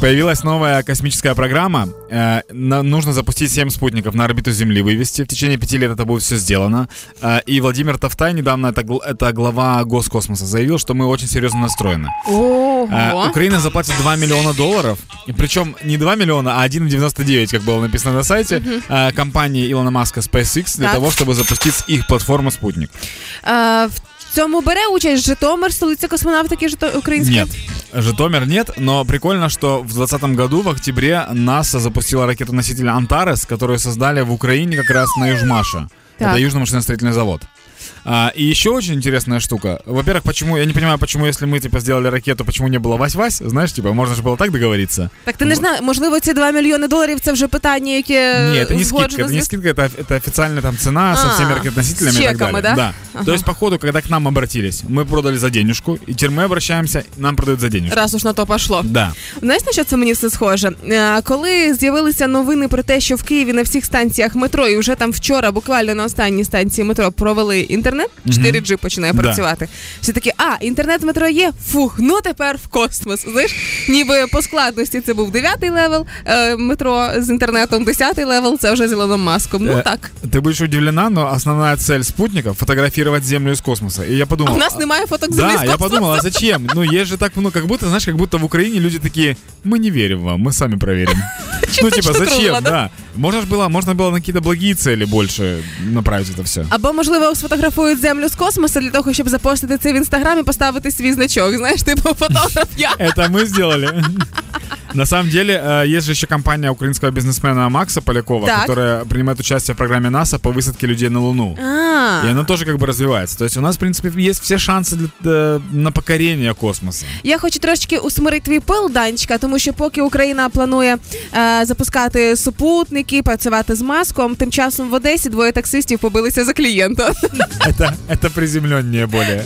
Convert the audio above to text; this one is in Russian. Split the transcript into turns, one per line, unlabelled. Появилась новая космическая программа. Э, на- нужно запустить 7 спутников на орбиту Земли вывести. В течение пяти лет это будет все сделано. Э, и Владимир Тавтай недавно, это, гл- это глава Госкосмоса, заявил, что мы очень серьезно настроены. Э,
Ого. Е,
Украина заплатит 2 миллиона долларов. И Причем не 2 миллиона, а 1,99, как было написано на сайте э, компании Илона Маска SpaceX для
Так.
того, чтобы запустить с их платформы спутник.
Е, в цьому бере участь Житомир, столиця космонавтики Жито- української.
Нет. Житомир нет, но прикольно, что в 2020 году, в октябре, НАСА запустила ракету-носитель «Антарес», которую создали в Украине как раз на Южмаше.
Так.
Это Южно-машиностроительный завод. А, и еще очень интересная штука. Во-первых, почему, я не понимаю, почему, если мы, типа, сделали ракету, почему не было Вась-Вась, знаешь, типа, можно же было так договориться.
Так ти не знаєш, можливо, ці 2 мільйони доларів це вже питання, яке
Нет, это не скидка,
згоджено
это не
з
скидка, это, это официальная там цена со
Э, А,
всеми ракетоносителями
с
и так
чеком,
далее.
да?
То есть, походу, когда к нам обратились, мы продали за денежку, и теперь мы обращаемся, нам продают за денежку.
раз уж на то пошло.
Да.
Знаєш, на що це мені все схоже? Е, Коли з'явилися новини про те, що в Києві на всіх станціях метро, і вже там вчора, буквально на останній станції метро, провели інтернет, 4G починає
Да.
працювати. Всі такі, а, інтернет в метро є, фух, ну тепер в космос. Знаєш, ніби по складності це був 9-й левел е, метро з інтернетом, 10-й левел, це вже з Ілоном Маском. Ну
Э,
так.
Ты будешь удивлена, но основная цель спутников — фотографировать Землю из космоса. И я
А
подумал...
в нас немає фоток з
Да, я
космосу.
подумал, а зачем? Ну, есть же так, ну, как будто, знаешь, как будто в Украине люди такие, мы не верим вам, мы сами проверим. Ну, типа,
Чуточку кругло,
зачем,
да?
да. Можно ж было, можно было на какие-то благие цели больше направить это все.
Або можливо сфотографують землю з космоса для того, щоб запостити це в інстаграмі, поставити свій значок. Знаєш, типу фотограф я.
Это мы сделали. На самом деле, э, есть же еще компания украинского бизнесмена Макса Полякова,
Так.
которая принимает участие в программе НАСА по высадке людей на Луну.
А.
И она тоже как бы развивается. То есть у нас, в принципе, есть все шансы для- э, на покорение космоса.
Я хочу трошечки усмирити твій пил, Данечка, тому що поки Україна планує е, запускати супутники, працювати з маском, тим часом в Одесі двоє таксистів побилися за клієнта.
Это, это приземленнее более.